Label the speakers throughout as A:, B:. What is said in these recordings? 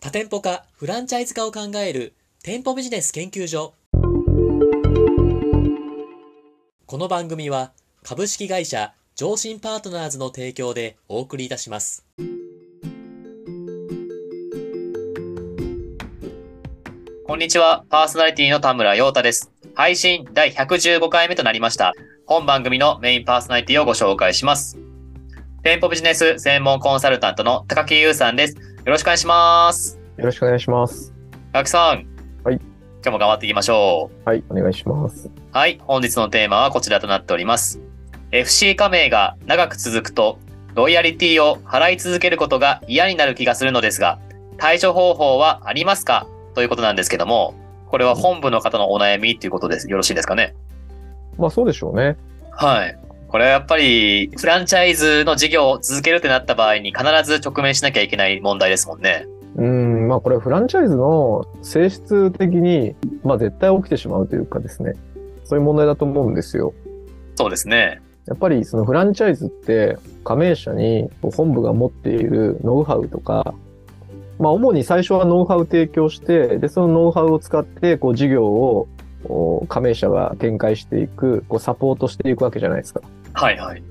A: 多店舗化、フランチャイズ化を考える店舗ビジネス研究所。この番組は株式会社上信パートナーズの提供でお送りいたします。こんにちは。パーソナリティの田村陽太です。配信第115回目となりました。本番組のメインパーソナリティをご紹介します。店舗ビジネス専門コンサルタントの高木優さんです。よろしくお願いします。
B: よろしくお願いします。
A: 高木さん。
B: はい
A: 今日も頑張っていきましょう。
B: はい、お願いします。
A: はい。本日のテーマはこちらとなっております。FC 加盟が長く続くと、ロイヤリティを払い続けることが嫌になる気がするのですが、対処方法はありますかということなんですけども、これは本部の方のお悩みということです。よろしいですかね。
B: まあそうでしょうね。
A: はい。これはやっぱり、フランチャイズの事業を続けるってなった場合に必ず直面しなきゃいけない問題ですもんね。
B: うん、まあこれはフランチャイズの性質的に、まあ絶対起きてしまうというかですね、そういう問題だと思うんですよ。
A: そうですね。
B: やっぱりそのフランチャイズって加盟者に本部が持っているノウハウとか、まあ主に最初はノウハウ提供して、で、そのノウハウを使ってこう事業をお加盟者が展開していく、こうサポートしていくわけじゃないですか。
A: はいはい。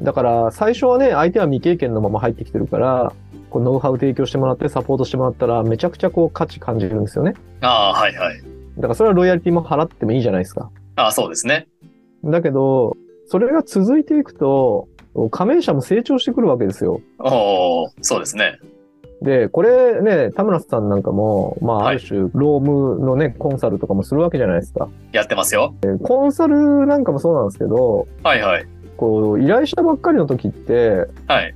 B: だから、最初はね、相手は未経験のまま入ってきてるから、こうノウハウ提供してもらって、サポートしてもらったら、めちゃくちゃこう価値感じるんですよね。
A: ああ、はいはい。
B: だから、それはロイヤリティも払ってもいいじゃないですか。
A: ああ、そうですね。
B: だけど、それが続いていくと、加盟者も成長してくるわけですよ。
A: おお、そうですね。
B: で、これね、田村さんなんかも、まあ、
A: は
B: あ
A: い
B: る種、ロームのね、コンサルとかもするわけじゃないですか。
A: やってますよ。
B: でコンサルなんかもそうなんですけど、
A: はいはい。
B: こう、依頼したばっかりの時って、
A: はい。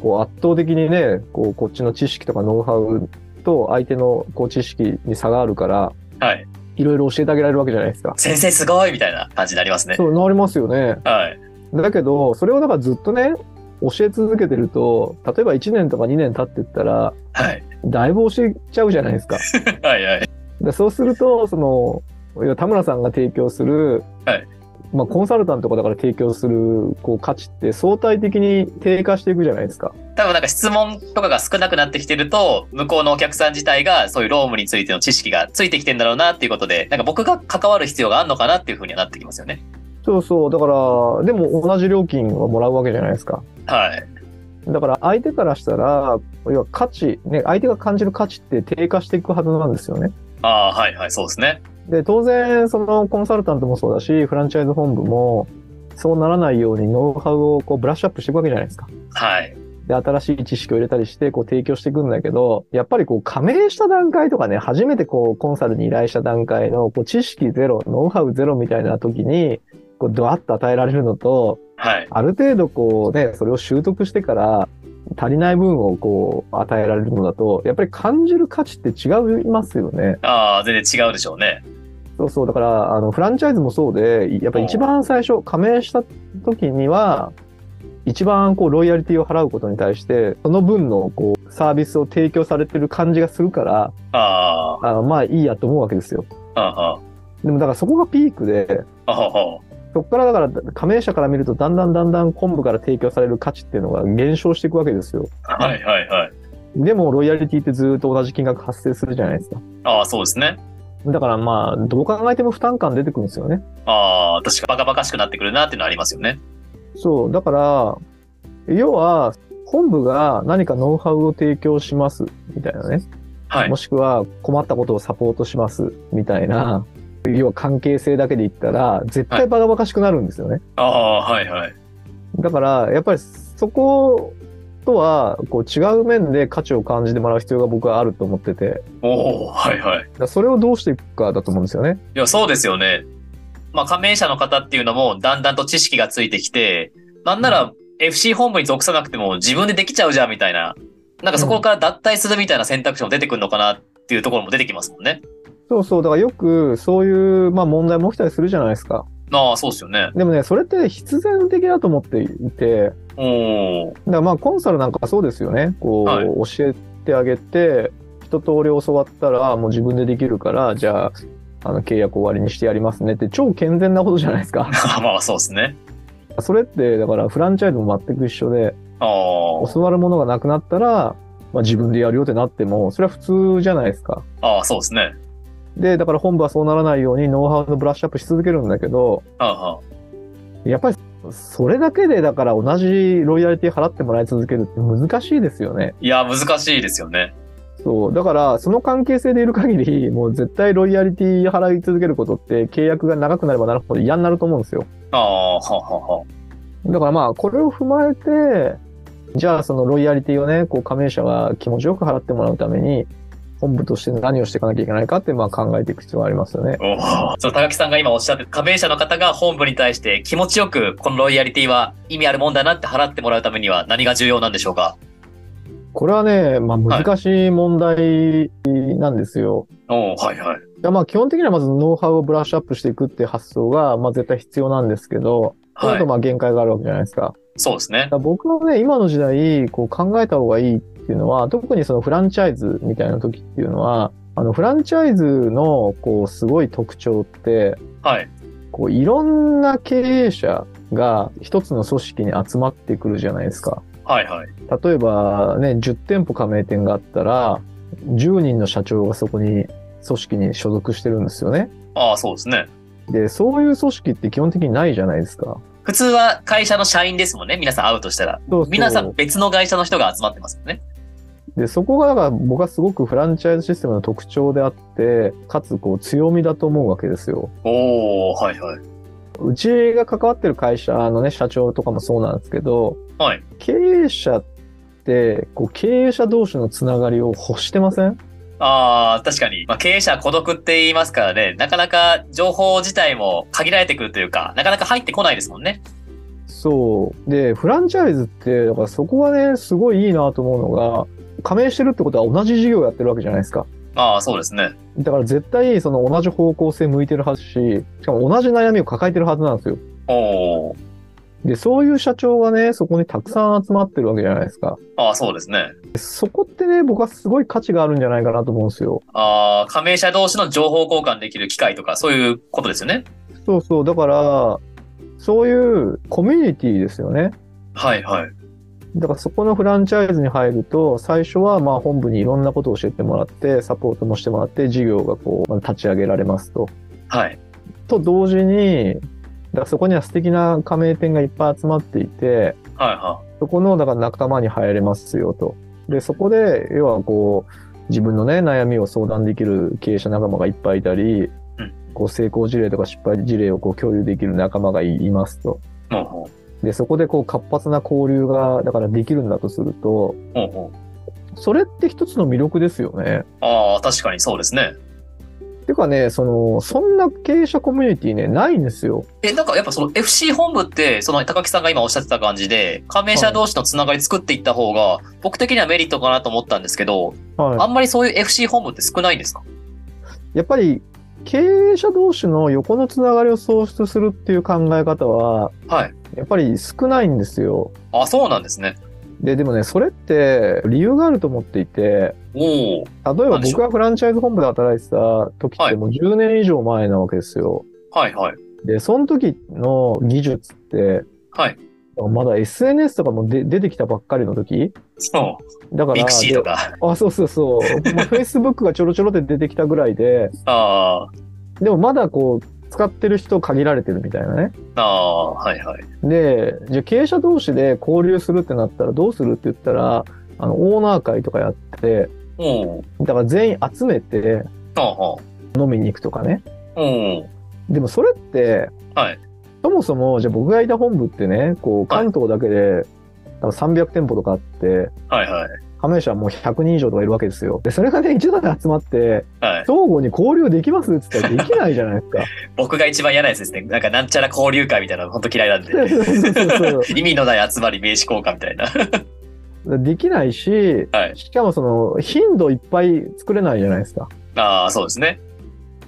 B: こう圧倒的にねこうこっちの知識とかノウハウと相手のこう知識に差があるから
A: はい。
B: いろいろ教えてあげられるわけじゃないですか。
A: 先生すごいみたいな感じになりますね。
B: そうなりますよね。
A: はい。
B: だけどそれをだからずっとね教え続けてると例えば1年とか2年経ってったら
A: はい。
B: だいぶ教えちゃうじゃないですか。
A: はいはい。
B: でそうするとその要は田村さんが提供する、
A: はい
B: まあ、コンサルタントとかだから提供するこう価値って相対的に低下していくじゃないですか。
A: 多分なんか質問とかが少なくなってきてると、向こうのお客さん自体がそういうロームについての知識がついてきてんだろうなっていうことで、なんか僕が関わる必要があるのかなっていうふうにはなってきますよね。
B: そうそうだからでも同じ料金をもらうわけじゃないですか。
A: はい。
B: だから相手からしたら、要は価値、ね、相手が感じる価値って低下していくはずなんですよね。
A: ああ、はいはい、そうですね。
B: で、当然、そのコンサルタントもそうだし、フランチャイズ本部も、そうならないようにノウハウをこうブラッシュアップしていくわけじゃないですか。
A: はい。
B: で、新しい知識を入れたりして、こう提供していくんだけど、やっぱりこう加盟した段階とかね、初めてこうコンサルに依頼した段階の、こう知識ゼロ、ノウハウゼロみたいな時に、こうドワッと与えられるのと、
A: はい。
B: ある程度こうね、それを習得してから、足りない分をこう与えられるのだと、やっぱり感じる価値って違いますよね。
A: ああ、全然違うでしょうね。
B: そうそう、だから、あの、フランチャイズもそうで、やっぱり一番最初、加盟した時には、一番こう、ロイヤリティを払うことに対して、その分のこう、サービスを提供されてる感じがするから、
A: あ
B: あのまあいいやと思うわけですよ。
A: あ、あ
B: でもだからそこがピークで、
A: あ、ああ、
B: そこからだから加盟者から見ると、だんだんだんだん昆布から提供される価値っていうのが減少していくわけですよ。
A: はいはいはい。
B: でも、ロイヤリティってずっと同じ金額発生するじゃないですか。
A: ああ、そうですね。
B: だからまあ、どう考えても負担感出てくるんですよね。
A: ああ、確かバカバカしくなってくるなっていうのはありますよね。
B: そう。だから、要は、本部が何かノウハウを提供します、みたいなね。
A: はい
B: も。しくは、困ったことをサポートします、みたいな。要は関係性だけで言ったら、絶対バカバカしくなるんですよね。
A: ああ、はいはい。
B: だから、やっぱりそことは、こう違う面で価値を感じてもらう必要が僕はあると思ってて、だか
A: おお、はいはい。い
B: らそれをどうしていくかだと思うんですよね。
A: や、そうですよね。まあ、加盟者の方っていうのも、だんだんと知識がついてきて、なんなら FC 本部に属さなくても自分でできちゃうじゃんみたいな、なんかそこから脱退するみたいな選択肢も出てくるのかなっていうところも出てきますもんね。
B: そうそう、だからよくそういう、まあ、問題も起きたりするじゃないですか。
A: ああ、そうですよね。
B: でもね、それって必然的だと思っていて、
A: おお、
B: だからまあコンサルなんかはそうですよね。こう、
A: はい。
B: 教えてあげて、一通り教わったらもう自分でできるから、じゃあ、あの契約終わりにしてやりますねって超健全なことじゃないですか
A: まあそうですね。
B: それってだからフランチャイズも全く一緒で、
A: ああ、
B: 教わるものがなくなったら、まあ、自分でやるよってなっても、それは普通じゃないですか。
A: ああ、そうですね。
B: で、だから本部はそうならないようにノウハウのブラッシュアップし続けるんだけど、
A: はあ、は
B: やっぱりそれだけでだから同じロイヤリティ払ってもらい続けるって難しいですよね。
A: あ、いや、難しいですよね。
B: そう。だから、その関係性でいる限り、もう絶対ロイヤリティ払い続けることって契約が長くなればなるほど嫌になると思うんですよ。
A: ああ、はあ、は
B: だからまあ、これを踏まえて、じゃあそのロイヤリティをね、こう加盟者が気持ちよく払ってもらうために、本部として何をしていかなきゃいけないかってまあ考えていく必要がありますよね。
A: あ、はあ。その高木さんが今おっしゃって、加盟者の方が本部に対して気持ちよく、このロイヤリティは意味あるもんだなって払ってもらうためには何が重要なんでしょうか
B: これはね、まあ
A: はい
B: 難しい問題なんですよ。
A: おおはいはい。
B: だからまあ基本的にはまずノウハウをブラッシュアップしていくっていう発想がまあ絶対必要なんですけど、それ
A: は
B: だと
A: い。
B: まあ限界があるわけじゃないですか。
A: そうですね
B: だか。ら僕はね、今の時代、こう考えた方がいいっていうのは、特にそのフランチャイズみたいな時っていうのは、あのフランチャイズのこうすごい特徴って、
A: はい。
B: こういろんな経営者が一つの組織に集まってくるじゃないですか。
A: はいはい。
B: 例えばね、10店舗加盟店があったら、10人の社長がそこに組織に所属してるんですよね。
A: ああ、そうですね。
B: で、そういう組織って基本的にないじゃないですか。
A: 普通は会社の社員ですもんね。皆さん会うとしたら。
B: そうそう
A: 皆さん別の会社の人が集まってますよね。
B: で、そこがだから僕はすごくフランチャイズシステムの特徴であって、かつこう強みだと思うわけですよ。
A: おおはいはい。
B: うちが関わってる会社のね、社長とかもそうなんですけど、
A: はい
B: 経営者って、こう経営者同士のつながりを欲してません
A: ああ、確かに。まあ、経営者は孤独って言いますからね、なかなか情報自体も限られてくるというか、なかなか入ってこないですもんね。
B: そう。で、フランチャイズって、だからそこがね、すごいいいなと思うのが、加盟してるってことは同じ事業やってるわけじゃないですか。
A: ああ、そうですね。
B: だから絶対その同じ方向性向いてるはずし、しかも同じ悩みを抱えてるはずなんですよ。
A: おお
B: で、そういう社長がね、そこにたくさん集まってるわけじゃないですか。
A: ああ、そうですね。
B: でそこってね、僕はすごい価値があるんじゃないかなと思うんですよ。
A: ああ、加盟者同士の情報交換できる機会とか、そういうことですよね。
B: そうそう、だから、そういうコミュニティですよね。
A: はいはい。
B: だからそこのフランチャイズに入ると、最初はまあ本部にいろんなことを教えてもらって、サポートもしてもらって、事業がこう、まあ立ち上げられますと。
A: はい。
B: と同時に、だからそこには素敵な加盟店がいっぱい集まっていて、
A: はいはい。
B: そこの、だから仲間に入れますよと。で、そこで、要はこう、自分のね、悩みを相談できる経営者仲間がいっぱいいた
A: う
B: り、
A: ん
B: こう成功事例とか失敗事例をこう共有できる仲間がいいますと。
A: ほうほ
B: で、そこでこう活発な交流が、だからできるんだとすると、
A: う。ほうほう。
B: それって一つの魅力ですよね。
A: ああ、確かにそうですね。
B: てかね、その、そんな経営者コミュニティね、ないんですよ。
A: え、なんかやっぱその FC 本部って、その高木さんが今おっしゃってた感じで、加盟者同士のつながり作っていった方が、僕的にはメリットかなと思ったんですけど、あ
B: は
A: んまりそういう FC 本部って少ないんですか
B: い。やっぱり、経営者同士の横のつながりを創出するっていう考え方は、
A: はい。
B: やっぱり少ないんですよ。
A: あ、そうなんですね。
B: で、でもね、それって理由があると思っていて、
A: おお。
B: 例えば
A: 何でしょう
B: 僕がフランチャイズ本部で働いてた時っ
A: は
B: て
A: い
B: もう10年以上前なわけですよ。
A: はいはい。
B: で、その時の技術って、
A: はい。
B: まだ SNS とかもで出てきたばっかりの時
A: そ
B: だか
A: う。
B: ら、
A: ミクシーと
B: で
A: か。
B: あ、そうそう そう。まあ、Facebook がちょろちょろって出てきたぐらいで、
A: ああ。
B: でもまだこう、使ってる人限られてるみたいなね。
A: ああ、はいはい。
B: で、じゃあ経営者同士で交流するってなったらどうするって言ったら、あの、オーナー会とかやって、
A: おお。
B: だから全員集めて、
A: ああ。
B: 飲みに行くとかね。
A: おお。
B: でもそれって、
A: はい
B: そもそも、じゃあ僕がいた本部ってね、こう関東だけで、多分300店舗とかあって、
A: はいはい。
B: 加盟者はもう100人以上とかいるわけですよ。で、それがね、一度で集まって、
A: はい。
B: 相互に交流できますって言ったらできないじゃない ですか。
A: 僕が一番嫌なやつですね。なんかなんちゃら交流会みたいなの本当嫌いなんで。
B: そうそうそう
A: 意味のない集まり名刺交換みたいな。
B: そう。できないし、
A: はい
B: しかもその、頻度いっぱい作れないじゃないですか。
A: ああ、そうですね。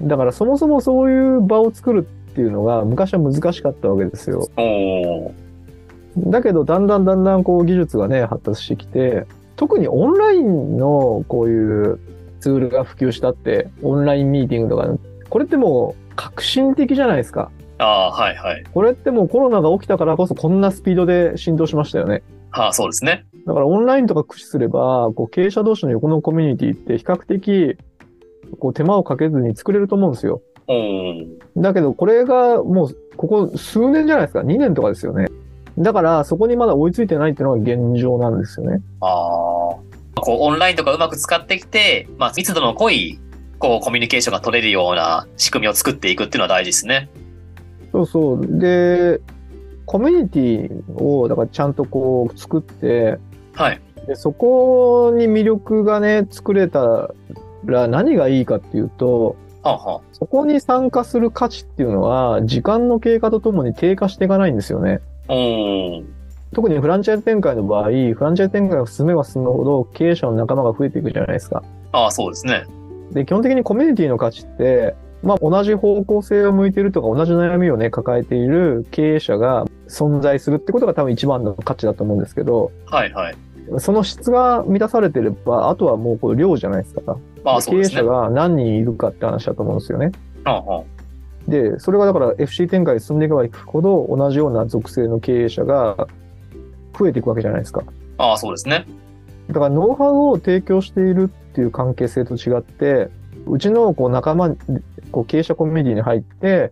B: だからそもそもそういう場を作るっていうのが昔は難しかったわけですよ。
A: おお。
B: だけど、だんだんだんだんこう技術がね、発達してきて、特にオンラインのこういうツールが普及したって、オンラインミーティングとか、これってもう革新的じゃないですか。
A: ああ、はいはい。
B: これってもうコロナが起きたからこそこんなスピードで浸透しましたよね。
A: はあ、そうですね。
B: だからオンラインとか駆使すれば、こう経営者同士の横のコミュニティって比較的こう手間をかけずに作れると思うんですよ。
A: おー
B: だけどこれがもうここ数年じゃないですか、2年とかですよね。だからそこにまだ追いついてないっていうのが現状なんですよね。
A: ああ。こう、オンラインとかうまく使ってきて、まあ、密度の濃い、こう、コミュニケーションが取れるような仕組みを作っていくっていうのは大事ですね。
B: そうそう。で、コミュニティをだからちゃんとこう作って、
A: はい。
B: でそこに魅力がね、作れたら何がいいかっていうと、
A: はあ、は
B: そこに参加する価値っていうのは、時間の経過とともに低下していかないんですよね。
A: あ。おー
B: 特にフランチャイズ展開の場合、フランチャイズ展開が進めば進むほど経営者の仲間が増えていくじゃないですか。
A: ああ、そうですね。
B: で、基本的にコミュニティの価値って、まあ同じ方向性を向いているとか同じ悩みをね、抱えている経営者が存在するってことが多分一番の価値だと思うんですけど、
A: はいはい。
B: その質が満たされてれば、あとはもうこれ量じゃないですか。
A: まあ、そう
B: 経営
A: ですね。
B: 者
A: は
B: が何人いるかって話だと思うんですよね。
A: あ、は
B: で、それがだから FC 展開に進んでいけばいくほど同じような属性の経営者が増えていくわけじゃないですか。
A: あ。ああ、そうですね。
B: だからノウハウを提供しているっていう関係性と違って、うちのこう仲間、こう経営者コミュニティに入って、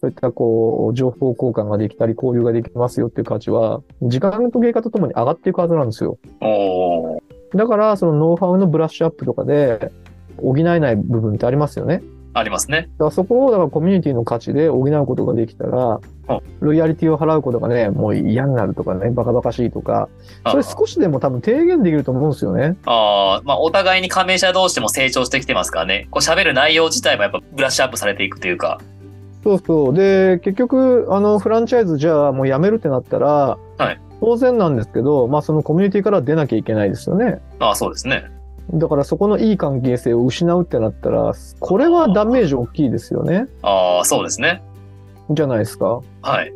B: そういったこう情報交換ができたり交流ができますよっていう価値は、時間と経過とともに上がっていくはずなんですよ。
A: おー
B: だからそのノウハウのブラッシュアップとかで補えない部分ってありますよね。
A: ありますね。
B: だからそこをだからコミュニティの価値で補うことができたら、ロイヤリティを払うことがね、もう嫌になるとかね、バカバカしいとか、
A: あ
B: それ少しでも多分低減できると思うんですよね。
A: あーまあ、お互いに加盟者同士でも成長してきてますからね。こう喋る内容自体もやっぱブラッシュアップされていくというか。
B: そうそう。で、結局、あの、フランチャイズじゃあもうやめるってなったら、
A: はい
B: 当然なんですけど、まあそのコミュニティから出なきゃいけないですよね。
A: ああ、そうですね。
B: だからそこのいい関係性を失うってなったら、これはダメージ大きいですよね。
A: ああ、そうですね。
B: じゃないですか。
A: はい。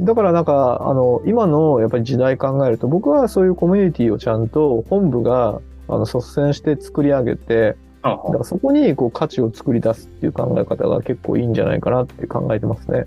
B: だからなんか、あの、今のやっぱり時代考えると、僕はそういうコミュニティをちゃんと本部が、あの、率先して作り上げて、
A: あ
B: だからそこにこう価値を作り出すっていう考え方が結構いいんじゃないかなって考えてますね。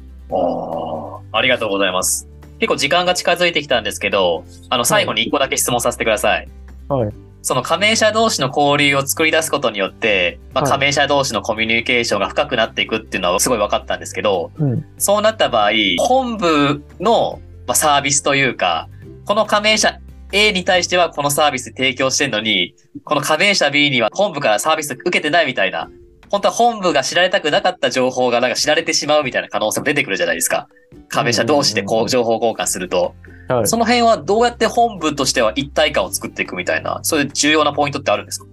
A: あありがとうございます。結構時間が近づいてきたんですけど、あの、最後に一個だけ質問させてください。
B: はい。
A: その加盟者同士の交流を作り出すことによって、まあ、
B: はい
A: 加盟者同士のコミュニケーションが深くなっていくっていうのはすごい分かったんですけど、
B: うん。
A: そうなった場合、本部のまあサービスというか、この加盟者 A に対してはこのサービス提供してんのに、この加盟者 B には本部からサービス受けてないみたいな、本当は本部が知られたくなかった情報がなんか知られてしまうみたいな可能性も出てくるじゃないですか。加盟者同士で
B: うんうん
A: こ
B: うん
A: う情報交換すると。
B: はい。
A: その辺はどうやって本部としては一体感を作っていくみたいな、そういう重要なポイントってあるんですか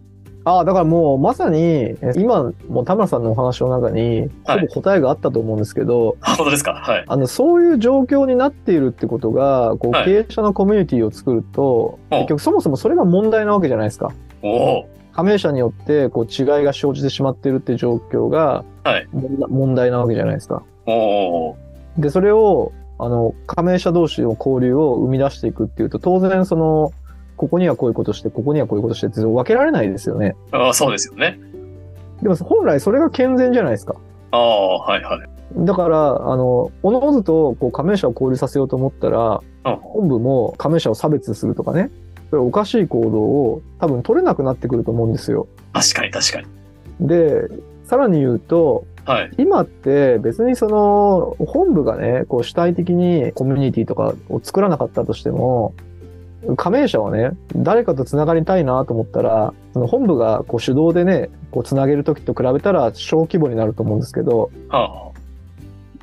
B: ああ、だからもうまさに、え今、もう田村さんのお話の中に、
A: は
B: ほ
A: い
B: ぼ答えがあったと思うんですけど、
A: あ本当ですかはい。
B: あの、そういう状況になっているってことが、こう、
A: はい
B: 経営者のコミュニティを作ると、
A: うん
B: 結局そもそもそれが問題なわけじゃないですか。
A: おお
B: 加盟者によってこう違いが生じてしまってるって状況が
A: はい
B: 問題問題なわけじゃないですか。
A: ーおー
B: でそれをあの加盟者同士の交流を生み出していくっていうと当然そのここにはこういうことしてここにはこういうことしてって分けられないですよね。
A: あーそうですよね。
B: でも本来それが健全じゃないですか。
A: ああ、はいはい。
B: だからあのおのずとこう加盟者を交流させようと思ったら
A: うん
B: 本部も加盟者を差別するとかねそれおかしい行動を多分取れなくなってくると思うんですよ。
A: 確かに確かに。
B: でさらに言うと
A: はい。
B: 今って別にその本部がねこう主体的にコミュニティとかを作らなかったとしても加盟者はね誰かとつながりたいなと思ったらその本部がこう手動でねこうつなげる時と比べたら小規模になると思うんですけど
A: はあ、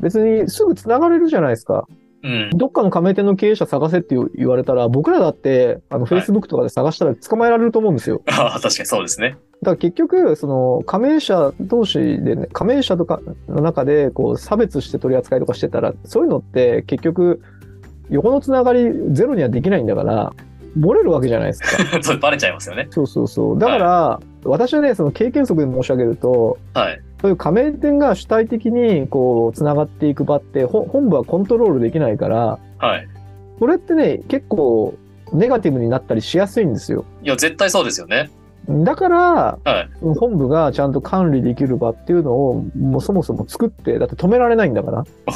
B: 別にすぐつながれるじゃないですか
A: うん。
B: どっかの加盟店の経営者探せって言われたら僕らだってあの
A: はい
B: Facebook とかで探したら捕まえられると思うんですよ
A: ああ、確かにそうですね。
B: だから結局、その加盟者同士でね、加盟者とかの中でこう差別して取り扱いとかしてたら、そういうのって結局、横のつながりゼロにはできないんだから、漏れるわけじゃないですか。
A: そうバレちゃいますよね。
B: そうそうそう。だから、私はね、その経験則で申し上げると、
A: はい。
B: そういう加盟店が主体的にこうつながっていく場って、ほ本部はコントロールできないから、
A: はい。
B: それってね、結構ネガティブになったりしやすいんですよ。
A: いや、絶対そうですよね。
B: だから、
A: はい
B: 本部がちゃんと管理できる場っていうのを、もうそもそも作って、だって止められないんだから。
A: お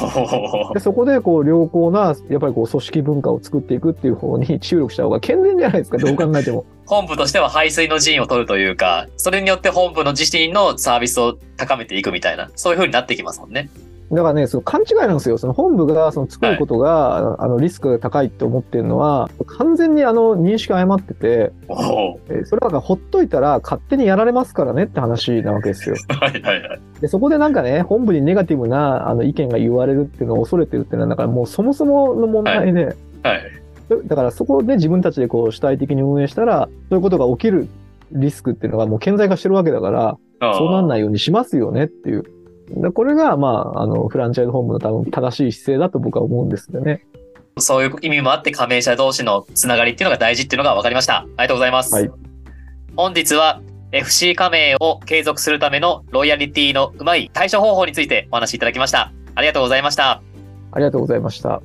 A: ー
B: でそこでこう良好な、やっぱりこう組織文化を作っていくっていう方に 注力した方が健全じゃないですか、どう考えても。
A: 本部としては排水の陣を取るというか、それによって本部の自身のサービスを高めていくみたいな、そういう風になってきますもんね。
B: だからね、その勘違いなんですよ。その本部がその作ることが、あのリスクが高いって思ってるのは、完全にあの認識を誤ってて、
A: おお
B: えーそれはだからほっといたら勝手にやられますからねって話なわけですよ。
A: ー。はいはいはい。
B: でそこでなんかね、本部にネガティブなあの意見が言われるっていうのを恐れてるっていうのは、だからもうそもそもの問題で、
A: はい。
B: だからそこで自分たちでこう主体的に運営したら、そういうことが起きるリスクっていうのがもう顕在化してるわけだから、そうなん
A: い。
B: ないようにしますよねっていう。でこれが、まあ、あの、フランチャイズ本部の多分正しい姿勢だと僕は思うんですよね。
A: そういう意味もあって加盟者同士のつながりっていうのが大事っていうのが分かりました。ありがとうございます。
B: はい
A: 本日は FC 加盟を継続するためのロイヤリティのうまい対処方法についてお話しいただきました。ありがとうございました。
B: ありがとうございました。